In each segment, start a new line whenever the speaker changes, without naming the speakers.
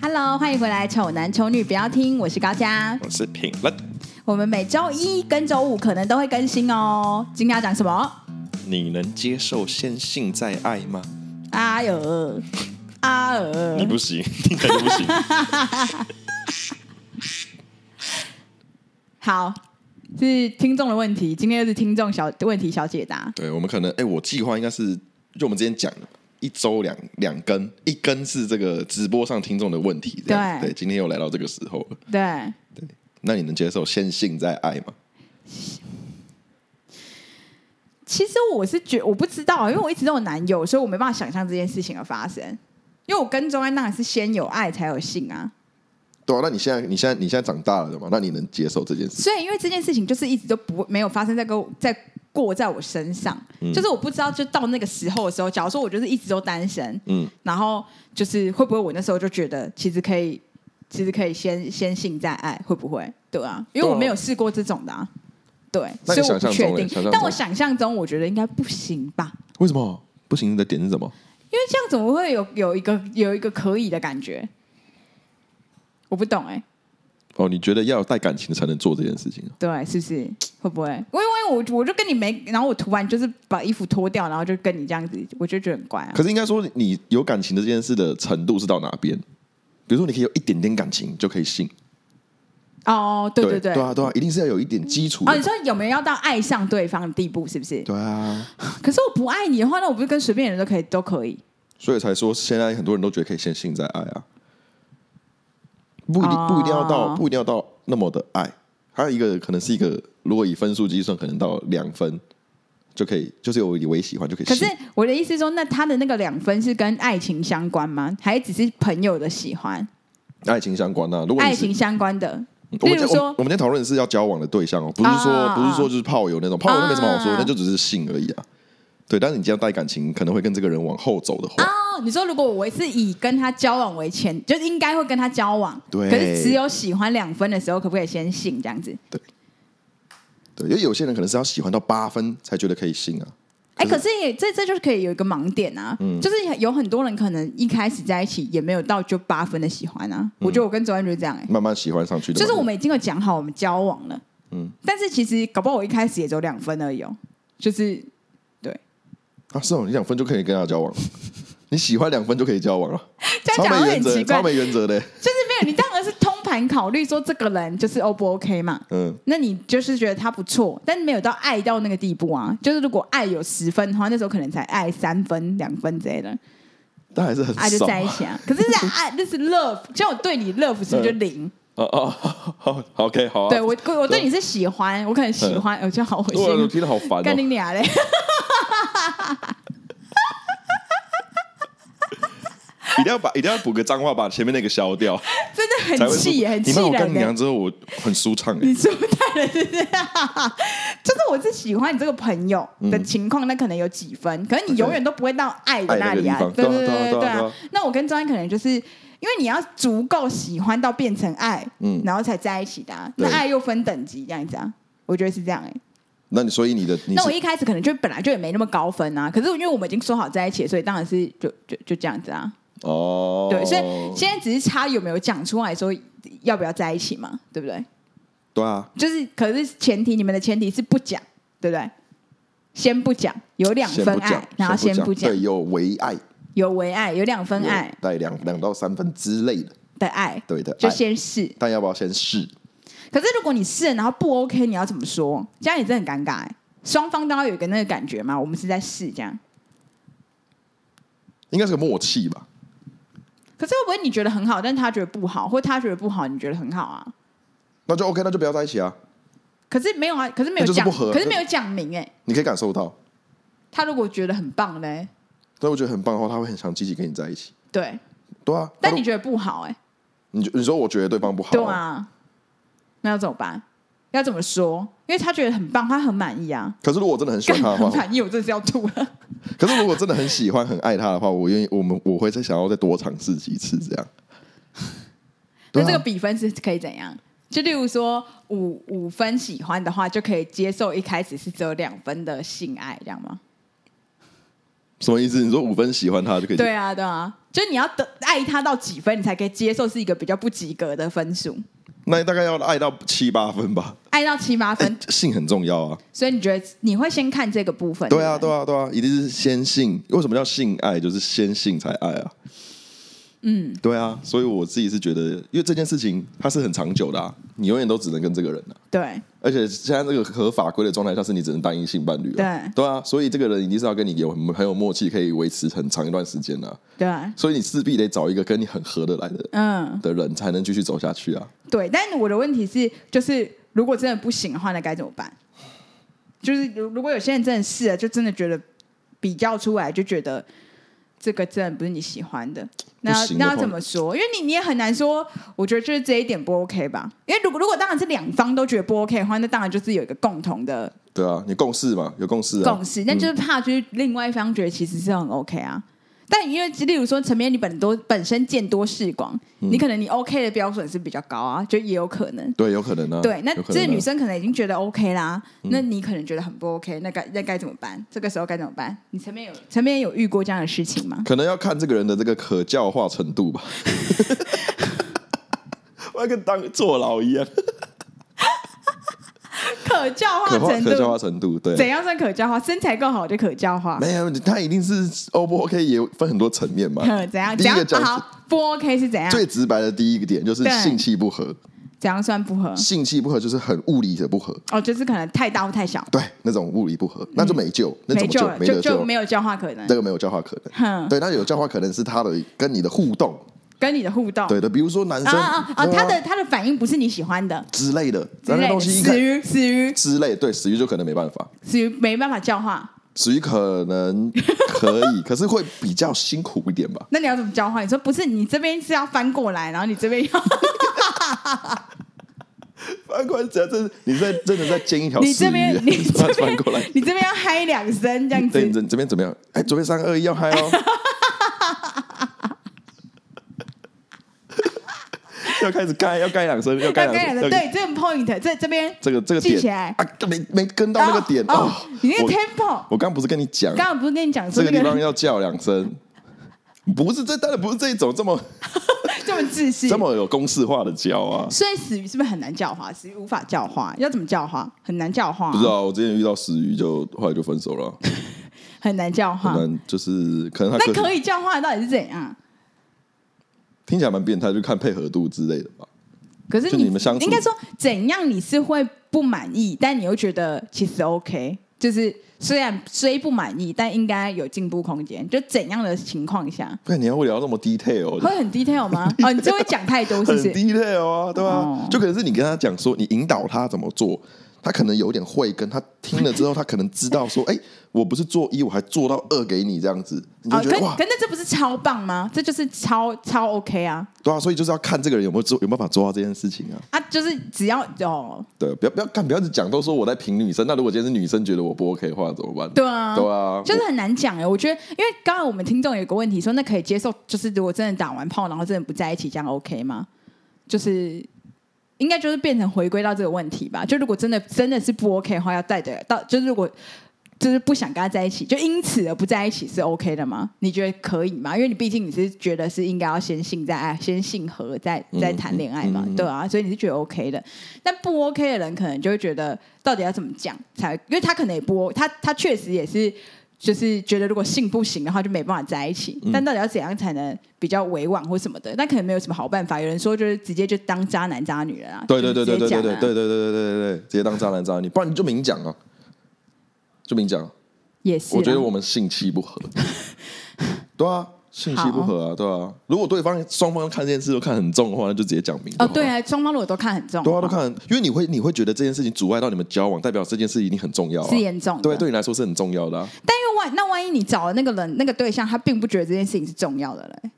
Hello，欢迎回来，《丑男丑女》，不要听，我是高佳。
我是品乐，
我们每周一跟周五可能都会更新哦。今天要讲什么？
你能接受先性再爱吗？
阿尔，阿尔
你，不 行，听起来就不行。
好，是听众的问题，今天又是听众小问题小解答。
对，我们可能，哎、我计划应该是，就我们之前讲的，一周两两根，一根是这个直播上听众的问题，这样
对
对，今天又来到这个时候了。
对，
那你能接受先性再爱吗？
其实我是觉我不知道，因为我一直都有男友，所以我没办法想象这件事情的发生。因为我跟钟安娜是先有爱才有性啊，
对啊，那你现在你现在你现在长大了的嘛？那你能接受这件事？
所以因为这件事情就是一直都不没有发生在跟我在过在我身上，
嗯
就是我不知道就到那个时候的时候，假如说我就是一直都单身，
嗯，
然后就是会不会我那时候就觉得其实可以，其实可以先先性再爱，会不会？对啊，因为我没有试过这种的、啊，对，
那
所
你
以我不
想象
确
中嘞想
定
象。
但我
中
想象中，我觉得应该不行吧，
为什么不行？你的点是什么？
因为这样怎么会有有一个有一个可以的感觉？我不懂哎、
哦，你觉得要有带感情才能做这件事情啊？
对，是不是会不会？我因为我我就跟你没，然后我突然就是把衣服脱掉，然后就跟你这样子，我就觉得很怪啊
可。是应该说，你有感情的这件事的程度是到哪边？比如说，你可以有一点点感情就可以信，
哦，对对
对
对，
啊对啊，一定是要有一点基础的
哦，你说有没有要到爱上对方的地步？是不是？
对啊，
可是我不爱你的话，那我不是跟随便人都可以都可以？
所以才说现在很多人都觉得可以先性再爱啊，不一定
哦
不一定要到不一定要到那么的爱，还有一个可能是一个，如果以分数计算，可能到两分就可以，就是有微喜欢就可以
可
信。
是我的意思是说，那他的那个两分是跟爱情相关吗？还只是朋友的喜欢？
爱情相关啊，如果你
爱
是
情相关的，
嗯我
例
们
如
今我们
说
我们今天讨论的是要交往的对象哦，不是说、
啊
不是说就是炮友那种，炮友那没什么好说，
啊
那就只是性而已啊。对，但是你这样带感情，可能会跟这个人往后走的话，
哦，你说如果我是以跟他交往为前，就应该会跟他交往。
对
可是只有喜欢两分的时候，可不可以先信这样子？
对，因为有些人可能是要喜欢到八分才觉得可以信啊。
哎、可是也这这就是可以有一个盲点啊，
嗯
就是有很多人可能一开始在一起也没有到就八分的喜欢啊。我觉得我跟周安就是这样、哎，
慢慢喜欢嗯上去的
就
嘛，
是我们已经有讲好我们交往了，嗯，但是其实搞不好我一开始也只有两分而已哦，就是
啊，是哦，你两分就可以跟他 交往，你喜欢两分就可以交往了，
这
超
样讲
没
会
原
很
则，
奇怪，
超
就是
没原则的。
没有你当然是通盘考虑说这个人就是 O 不 OK 嘛，
嗯，
那你就是觉得他不错，但没有到爱到那个地步啊。就是如果爱有十分的话，那时候可能才爱三分、两分之类的，
但还是很
爱就
少
在一
啊。
起啊。可是这 爱那是 love，像我对你 love 是不是就零？
哦哦，好好，OK，好啊。
对我我对你是喜欢，我可能喜
嗯
欢，我觉得好恶
我
心，
听得好烦
干你
哦。
俩嘞。
一定要把一定要补个脏话，把前面那个消掉，
真的
才
很
会舒
气，很
你
气
骂我干
人
你娘
的。嗯
之后，我很舒畅欸。
你是不太人是不是？ 就是我是喜欢你这个朋友
嗯
的情况，那可能有几分，可是你永远都不会到爱的那里啊
爱那个。地
对
方
对
对啊
对
对啊对啊
啊
对！
那我跟张安可能就是因为你要足够喜欢到变成爱，
嗯
然后才在一起的啊。
对
那爱又分等级这样子啊，我觉得是这样哎。
那你所以你的你
那我
是
一开始可能就本来就也没那么高分啊，可是因为我们已经说好在一起，所以当然是就就就这样子啊。
哦，
对，所以现在只是差有没有讲出来说要不要在一起嘛，对不对？
对啊，
就是，可是前提你们的前提是不讲，对不对？先不讲，有两
先
分
不讲
爱，然后先不讲
对，，有唯爱，
有唯爱，有两分爱
有对两两到三分之类的，
的爱，
对的，
就
爱
先试。
但要不要先试？
可是如果你试了，然后不 OK，你要怎么说？这样也真的很尴尬、欸。双方都要有一个那个感觉嘛，我们是在试这样。
应该是个默契吧？
可是会不会你觉得很好，但他觉得不好，或他觉得不好，你觉得很好啊？
那就 OK，那就不要在一起啊！
可是没有啊，可是没
那
有
就是
讲，
不合
可是没有讲明哎、欸
你可以感受到，
他如果觉得很棒嘞，
但我觉得很棒的话，他会很想积极跟你在一起。
对，
对啊，
但
他
你
如
觉得不好哎、
你觉你说我觉得对方不好，
对，啊，那要怎么办？要怎么说？因为他觉得很棒，他很满意啊，
可是如果我真的很喜
干
欢他 的
很
话，
满意，我真的是要吐 了。
可是如果真的很喜欢、很爱他的话，我愿意，我们我会再想要再多尝试几次 这样。对
那
啊
这个比分是可以怎样？就例如说五五分喜欢的话，就可以接受一开始是只有两分的性爱，这样吗？
什么意思？你说五分喜欢他就可以？
对啊，对啊，就是你要得爱他到几分，你才可以接受是一个比较不及格的分数，
那大概要爱到七八分吧。
爱到七八
哎、
分。
性很重要啊。
所以你觉得你会先看这个部分？
对啊，
不
对啊，对啊，一定是先性。为什么叫性爱？就是先性才爱啊。嗯，对啊，所以我自己是觉得，因为这件事情它是很长久的、啊，你永远都只能跟这个人啊。
对
而且现在这个合法规的状态下，是你只能单一性伴侣、啊。
对
对啊，所以这个人一定是要跟你有很很有默契，可以维持很长一段时间的、啊。
对，
所以你势必得找一个跟你很合得来的
嗯，
的人，才能继续走下去啊。
对。但我的问题是，就是如果真的不行的话，那该怎么办？就是如如果有些人真的试了，就真的觉得比较出来，就觉得这个真的不是你喜欢的，那
不行的
那
话
要怎么说？因为你你也很难说，我觉得就是这一点不 OK 吧？因为如果如果当然是两方都觉得不 OK 的话，那当然就是有一个共同的
对啊，你共识嘛，有共识啊。
共识，那就是怕就是另外一方觉得其实是很 OK 啊。但因为例如说，陈面你本多本身见多识广，
嗯
你可能你 OK 的标准是比较高啊，就也有可能。
对，有可能啊。
对，那
有可能嗯
这
啊
个女生可能已经觉得 OK 啦，那你可能觉得很不 OK，那该那该怎么办？这个时候该怎么办？你前面有前面有遇过这样的事情吗？
可能要看这个人的这个可教化程 度吧。我要跟当坐牢一样，
可教化
可化
啊程
可教
度
化程度
怎
对。
样算可教化？身材够好就可教化，
没有，他一定是 O 不 OK 也分很多层面嘛。
哼怎样？
第
怎
一
样
个讲
啊好不 OK 是怎样？
最直白的第一个点就是
啊对
性气不合，
怎样算不合？
性气不合就是很物理的不合，
哦，就是可能太大或太小，
对，那种物理不合，那就没救，那
嗯
怎
没
么救
了，？
没
就
得
就
救，
没有教化可能
这。个没有教化可能。
哼
对，那有教化可能是他的跟你的互动，
跟你的互动。
对的，比如说男
啊
生
啊啊！
对
他的他的反应不是你喜欢的
之类的，
之
那
类的，
那东西应
死
该
鱼死鱼
之类，对，死鱼就可能没办法。
死鱼没办法教化，
属于可能可以，可是会比较辛苦一 点吧。
那你要怎么教化？你说不是，你这边是要翻过来，然后你这边要
翻过来，只要真的你在真的在煎一条
你
死
这边你
鱼，啊把它
这
翻
边
过来，
你这边要嗨两声这样
对，你
子，
这这边怎么样？哎，左边三二一要嗨 哦，要开始盖，要盖两声，要盖
要跟
两
两声。
声，要
对，
盖
这个 point 这这边
这个这个
记
点
起来
啊，没没跟到那个点
哦
哦，
你那个
我
tempo，
我刚不是跟你讲，
刚刚不是跟你讲说
这个
那
地方
个
要叫两声，不是这当然不是这一种这么
这么自信
这，么有公式化的叫啊，
所以死鱼是不是很难教化？死鱼无法教化，要怎么教化？很难教化
不，知道，我之前遇到死鱼就后来就分手了啊。
很难教化
很。难，就是可能他
那
个
可
性
以教化到底是怎样？
听起来蛮变态，就看配合度之类的吧。
可是
就
你
你们相处
应该说怎样你是会不满意，但你又觉得其实 OK，就是虽然虽不满意，但应该有进步空间。就怎样的情况下
那你要会聊到那么 detail，
会很 detail 吗？哦，你就会讲太多，是
很
不是？
detail 啊，对吧、
哦
就可能是你跟他讲说，你引导他怎么做，他可能有点慧根，他听了之后，他可能知道说，哎、我不是做一，我还做到二给你这样子，你就
哦，
觉
可
得、哇
可，那这不是超棒吗？这就是超超 OK 啊
对啊，所以就是要看这个人有没有做，有没有办法做到这件事情啊。
啊！就是只要哦，
对，不要不要干，不要只讲都说我在评女生，那如果今天是女生觉得我不 OK 的话怎么办？
对啊，
对啊，
就是很难讲哎，我觉得，因为刚刚我们听众有一个问题说，那可以接受，就是如果真的打完炮，然后真的不在一起，这样 OK 吗？就是应该就是变成回归到这个问题吧。就如果真的真的是不 OK 的话，要带着到，就是如果就是不想跟他在一起，就因此而不在一起是 OK 的吗？你觉得可以吗？因为你毕竟你是觉得是应该要先性再爱，先性合再再谈恋爱嘛，对啊，所以你是觉得 OK 的。但不 OK 的人可能就会觉得到底要怎么讲才，因为他可能也不他他确实也是。就是觉得如果性不行的话，就没办法在一起。
嗯
但到底要怎样才能比较委婉或什么的？那可能没有什么好办法。有人说就是直接就当渣男渣女了啊，
对对对对
就
对
是直接
对
讲
对对
啊
对对对对对，直接当渣男渣女，不然你就明讲啊，就明讲。
也是啊。
我觉得我们性气不 合，对啊，性气不合啊，对啊。如果对方双方看这件事都看很重的话，那就直接讲明就好
哦，
了
对，啊，双方如果都看很重，
对啊，都看很，因为你会你会觉得这件事情阻碍到你们交往，代表这件事一定很重要、啊，
是严重的。
对，对你来说是很重要的、啊。
但因为万那万一你找的那个人那个对象，他并不觉得这件事情是重要的嘞，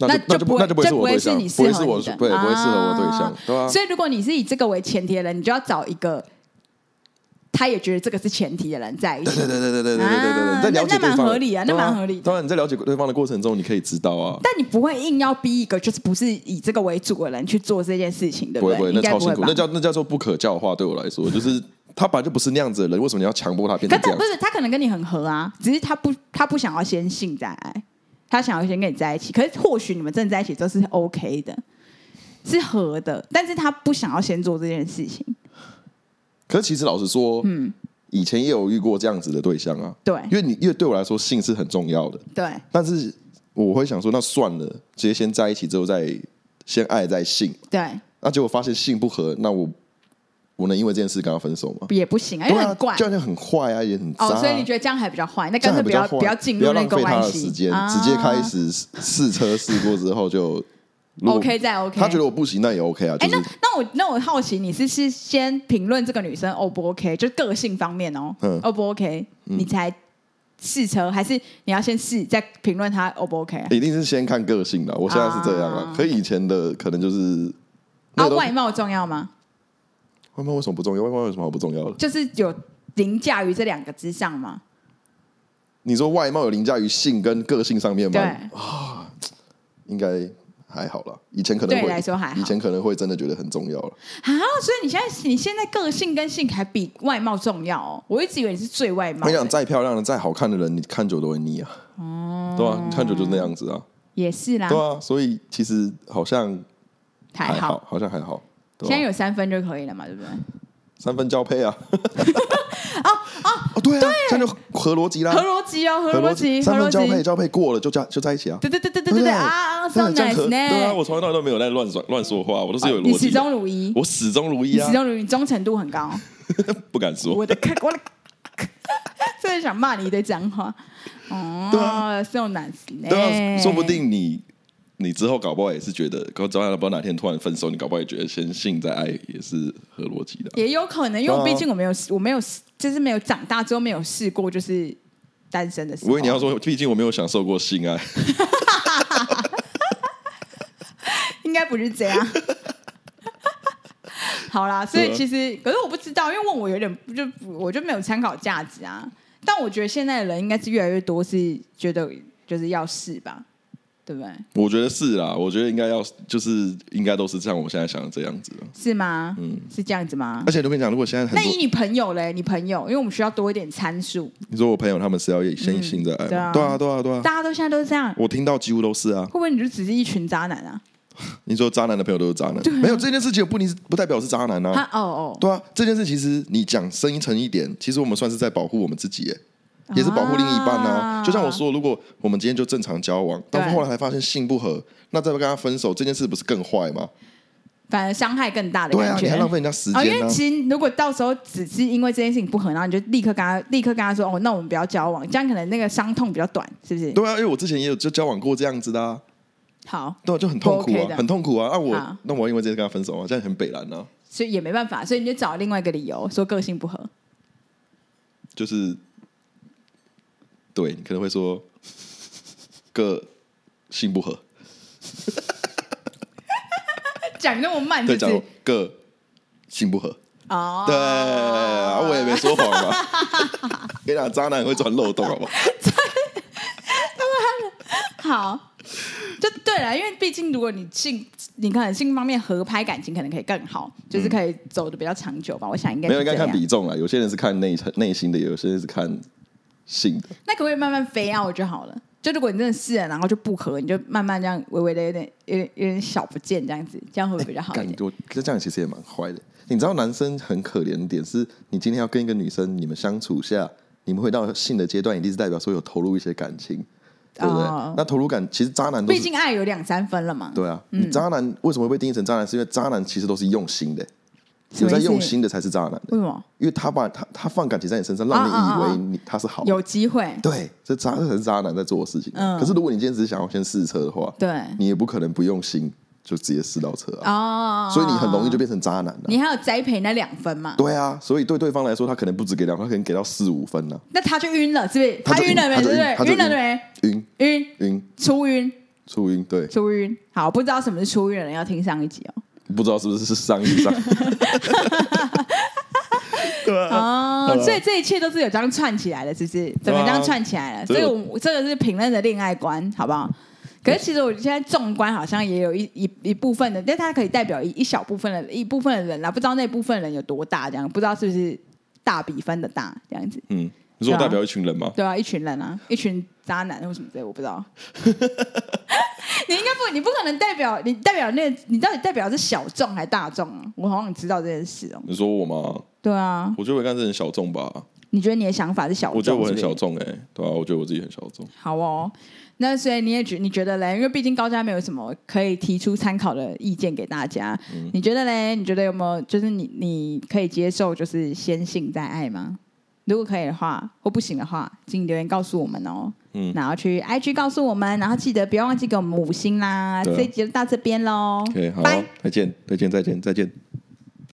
那就
那
那
就
就
不
不
会
那就不会是我对
就
象，
不会是你
不会
适
是
合
我
你的
对，不会适合我对象
啊，
对啊。
所以如果你是以这个为前提的人，你就要找一个他也觉得这个是前提的人在一
对对
起。
对对对对对对对对，你在了
那
解对
那
方
蛮合理啊那蛮合理的
当然你在了解对方的过程中，你可以知道啊，
但你不会硬要逼一个就是不是以这个为主的人去做这件事情，对
不会
对？
不会，
应
那
该
超
不
辛
会
苦，
吧
那？叫那叫做不可教化。对我来说，就是他本来就不是那样子的人，为什么你要强迫他变
可
成这
他
样
不？是他可能跟你很合啊，只是他不他不想要先性再爱，他想要先跟你在一起，可是或许你们真的在一起都是 OK 的，是合的，但是他不想要先做这件事情。
可是其实老实说，嗯，以前也有遇过这样子的对象啊，
对
因为你因为对我来说性是很重要的，
对，
但是我会想说，那算了，直接先在一起之后再先爱再性，
对，
那结果发现性不合，那我我能因为这件事跟他分手吗？
也不行啊，因
对
为
啊
很怪，
这样就很坏啊，也很渣啊、
哦，所以你觉得这样还比较坏？那
这
干
样还
脆
比
不
较
要
坏
不要进入
不
那
浪
个
费他
关
的
系，
时间，
啊
直接开始试车试过之后就如果
OK 再 OK。
他觉得我不行，那也 OK 啊，就
哎、
是
那那我那我好奇，你是是先评论这个女生 O 不 OK，就是个性方面哦、
嗯
o 不 OK，、你才试车，还是你要先试再评论她 O 不 OK？啊、
一定是先看个性的。我现在是这样啊
啊，
可以前的可能就是那
啊，
个东西
外貌重要吗？
外貌为什么不重要？外貌有什么好不重要的？
就是有凌驾于这两个之上吗？
你说外貌有凌驾于性跟个性上面吗？
对，
应该还好啦。以前可能
对你
会
来说还好
以前可能会真的觉得很重要了。
啊，所以你现在你现在个性跟性还比外貌重要哦、我一直以为你是最外
我
貌
跟
的、
你讲，再漂亮的、再好看的人，你看久都会腻啊。哦，对啊，你看久就那样子啊，
也是啦，
对啊。所以其实好像
还
好，好像还好。对
现
吧
在有三分就可以了嘛，对不对？
三分交 配啊！ 哦对啊，这样就合逻辑啦
合。逻辑哦，合
合
逻辑，合
三
逻
分交配，
辑。
交配过了就加就在一起啊。
对对对对对对对啊啊
对
，so
啊这样
nice
合对啊，
呢！啊
我从头到尾都没有在乱说乱说话，我都是有
你
逻
始
辑的。
终如一，
我始终如一
你
啊
始，终如一，你忠诚度很高。
不敢说。
我的看，我的，真的想骂你一堆脏话。哦
对啊
，so nice 呢！
对啊，说不定你你之后搞不好也是觉得，搞不好不知道哪天突然分手，你搞不好也觉得先性再爱也是合逻辑的啊。
也有可能，因为我
对啊
毕竟我没有，我没有，就是没有长大之后没有试过，就是单身的时
我以
候。
为你要说，毕竟我没有享受过性爱，
应该不是这样。 好啦，所以其实，可是我不知道，因为问我有点就我就没有参考价值啊。但我觉得现在的人应该是越来越多是觉得就是要试吧，对不对？
我觉得是啦，我觉得应该要就是应该都是像我现在想的这样子啊。
是吗？嗯，是这样子吗
而？且我跟你讲，如果现在很
那
多
以你朋友嘞，你朋友，因为我们需要多一点参数，
你说我朋友他们是要先性再爱
对
吗，
啊
对啊，对啊，对啊，
大家都现在都是这样，会
我听到几乎都是啊。
不会你就只是一群渣男啊？
你说渣男的朋友都是渣男，没有这件事情不一定是不代表是渣男
他
啊。
哦哦，
对啊，这件事其实你讲深一层一点，其实我们算是在保护我们自己，哎，也是保护另一半啊。
啊
就像我说，如果我们今天就正常交往，
对
但后来才发现性不合，那再跟他分手，这件事不是更坏吗？
反而伤害更大的
对
感
啊，
觉。
你还浪费人家时
哦，因
间
为
呢。
其实如果到时候只是因为这件事情不合，然后你就立刻跟他立刻跟他说，哦，那我们不要交往，这样可能那个伤痛比较短，是不是？
对啊，因为我之前也有就交往过这样子的，啊，
好，
对啊，就很痛苦
不 OK
啊，
的
很痛苦啊。那
好
我那我因为这件事跟他分手啊，这样很北蓝啊，
所以也没办法，所以你就找另外一个理由说个性不合。
就是对你可能会说 个性不合，
讲那么 慢，
对，
就
讲
是
个性不合，
哦，
对，啊我也没说谎嘛。 跟你讲，渣男会钻漏洞，好不好？
好，就对了，因为毕竟如果你性，你看性方面合拍感情，可能可以更好，就是可以走的比较长久吧。我想应该
嗯没有，
是
应该
这样
看比重啊啦。有些人是看内内心的，有些人是看性的。
那可不可以慢慢飞out 就好了？就如果你真的试了，然后就不合，你就慢慢这样微微的有点、有点、有点小不见这样子，这样会不会比较好一
哎感
点？
觉我这样其实也蛮坏的。你知道，男生很可怜的点是，你今天要跟一个女生，你们相处下，你们会到性的阶段，一定是代表说有投入一些感情，对不对？
哦
那投入感，其实渣男都
毕
是
竟嗯爱有两三分了嘛。
对啊。你渣男为什么会被定义成渣男？是因为渣男其实都是用心的，
什
有
么意思
在用心的才是渣男的。
为什么
因为他把他他放感情在你身上，
啊
让
啊啊
你以为你他是好的。
有机会？
对，这渣这才是渣男在做的事情。啊
嗯
可是如果你今天只是想要先试车的话，
对
你也不可能不用心就直接试到车啊，
哦，
所以你很容易就变成渣男了、
你还有栽培那两分嘛？
对啊，所以对对方来说，他可能不止给两分，他可能给到四五分啊呢、
那他就晕了，是不是？
他就
晕了没？
他
对
就
不
晕他就
对？
晕
晕了没？
晕
晕，
晕
初晕，
初晕，对，
初晕。好，不知道什么是初晕的人要听上一集哦。
不知道是不是是上一 上，对啊，
哦， 所以这一切都是有这样串起来的，是不是？整个这样串起来了，
对
所
啊
以我这个是评论的恋爱观，好不好？可是其实我现在纵观好像也有一一一部分的，但它可以代表一一小部分的一部分的人啦，不知道那部分人有多大，这样不知道是不是大比分的大这样子，
嗯，你说我
对啊
代表一群人吗？
对啊，一群人啊，一群渣男或什么之类，我不知道。 你应该不，你不可能代表你代表那，你到底代表是小众还是大众啊？我好像知道这件事哦。
你说我吗？
对啊，
我觉得我应该是很小众吧。
你觉得你的想法是小众？
我觉得我很
是不
小
是。
众哎、欸，对啊，我觉得我自己很小众。
好哦，那所以你也觉你觉得嘞？因为毕竟高家没有什么可以提出参考的意见给大家，
嗯
你觉得嘞？你觉得有没有就是你你可以接受就是先性再爱吗？如果可以的话，或不行的话，请留言告诉我们哦。
嗯
然后去 IG 告诉我们，然后记得不要忘记给我们五星啦。
对啊
这一集就到这边喽
OK，好
哦拜。，
再见，再见，再见，再见。